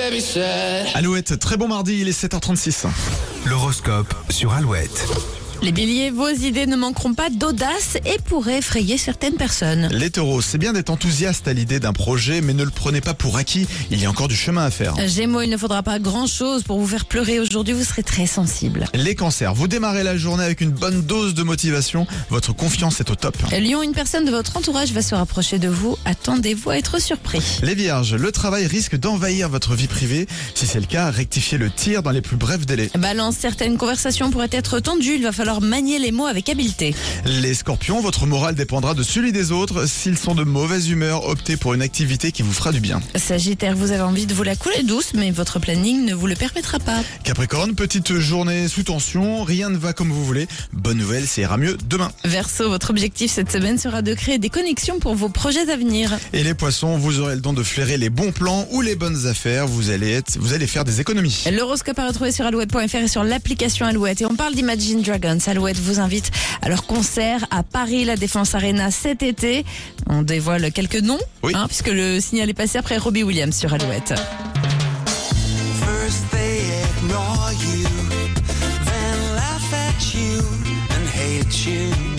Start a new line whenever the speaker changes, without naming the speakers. baby said.
Alouette, très bon mardi, il est 7h36.
L'horoscope sur Alouette.
Les béliers, vos idées ne manqueront pas d'audace et pourraient effrayer certaines personnes.
Les taureaux, c'est bien d'être enthousiaste à l'idée d'un projet, mais ne le prenez pas pour acquis, il y a encore du chemin à faire.
Gémeaux, il ne faudra pas grand-chose pour vous faire pleurer aujourd'hui, vous serez très sensible.
Les cancers, vous démarrez la journée avec une bonne dose de motivation, votre confiance est au top.
Lion, une personne de votre entourage va se rapprocher de vous, attendez-vous à être surpris.
Les vierges, le travail risque d'envahir votre vie privée, si c'est le cas, rectifiez le tir dans les plus brefs délais.
Balance, certaines conversations pourraient être tendues, il va falloir manier les mots avec habileté.
Les scorpions, votre morale dépendra de celui des autres, s'ils sont de mauvaise humeur, optez pour une activité qui vous fera du bien.
Sagittaire, vous avez envie de vous la couler douce, mais votre planning ne vous le permettra pas.
Capricorne, petite journée sous tension, rien ne va comme vous voulez, bonne nouvelle, ça ira mieux demain.
Verseau, votre objectif cette semaine sera de créer des connexions pour vos projets à venir.
Et les poissons, vous aurez le don de flairer les bons plans ou les bonnes affaires. Vous allez être, vous allez faire des économies.
L'horoscope à retrouver sur alouette.fr et sur l'application Alouette. Et on parle d'Imagine Dragons. Alouette vous invite à leur concert à Paris, la Défense Arena cet été. On dévoile quelques noms, hein,
Oui.
puisque le signal est passé après Robbie Williams sur Alouette.
First they ignore you, then laugh at you and hate you.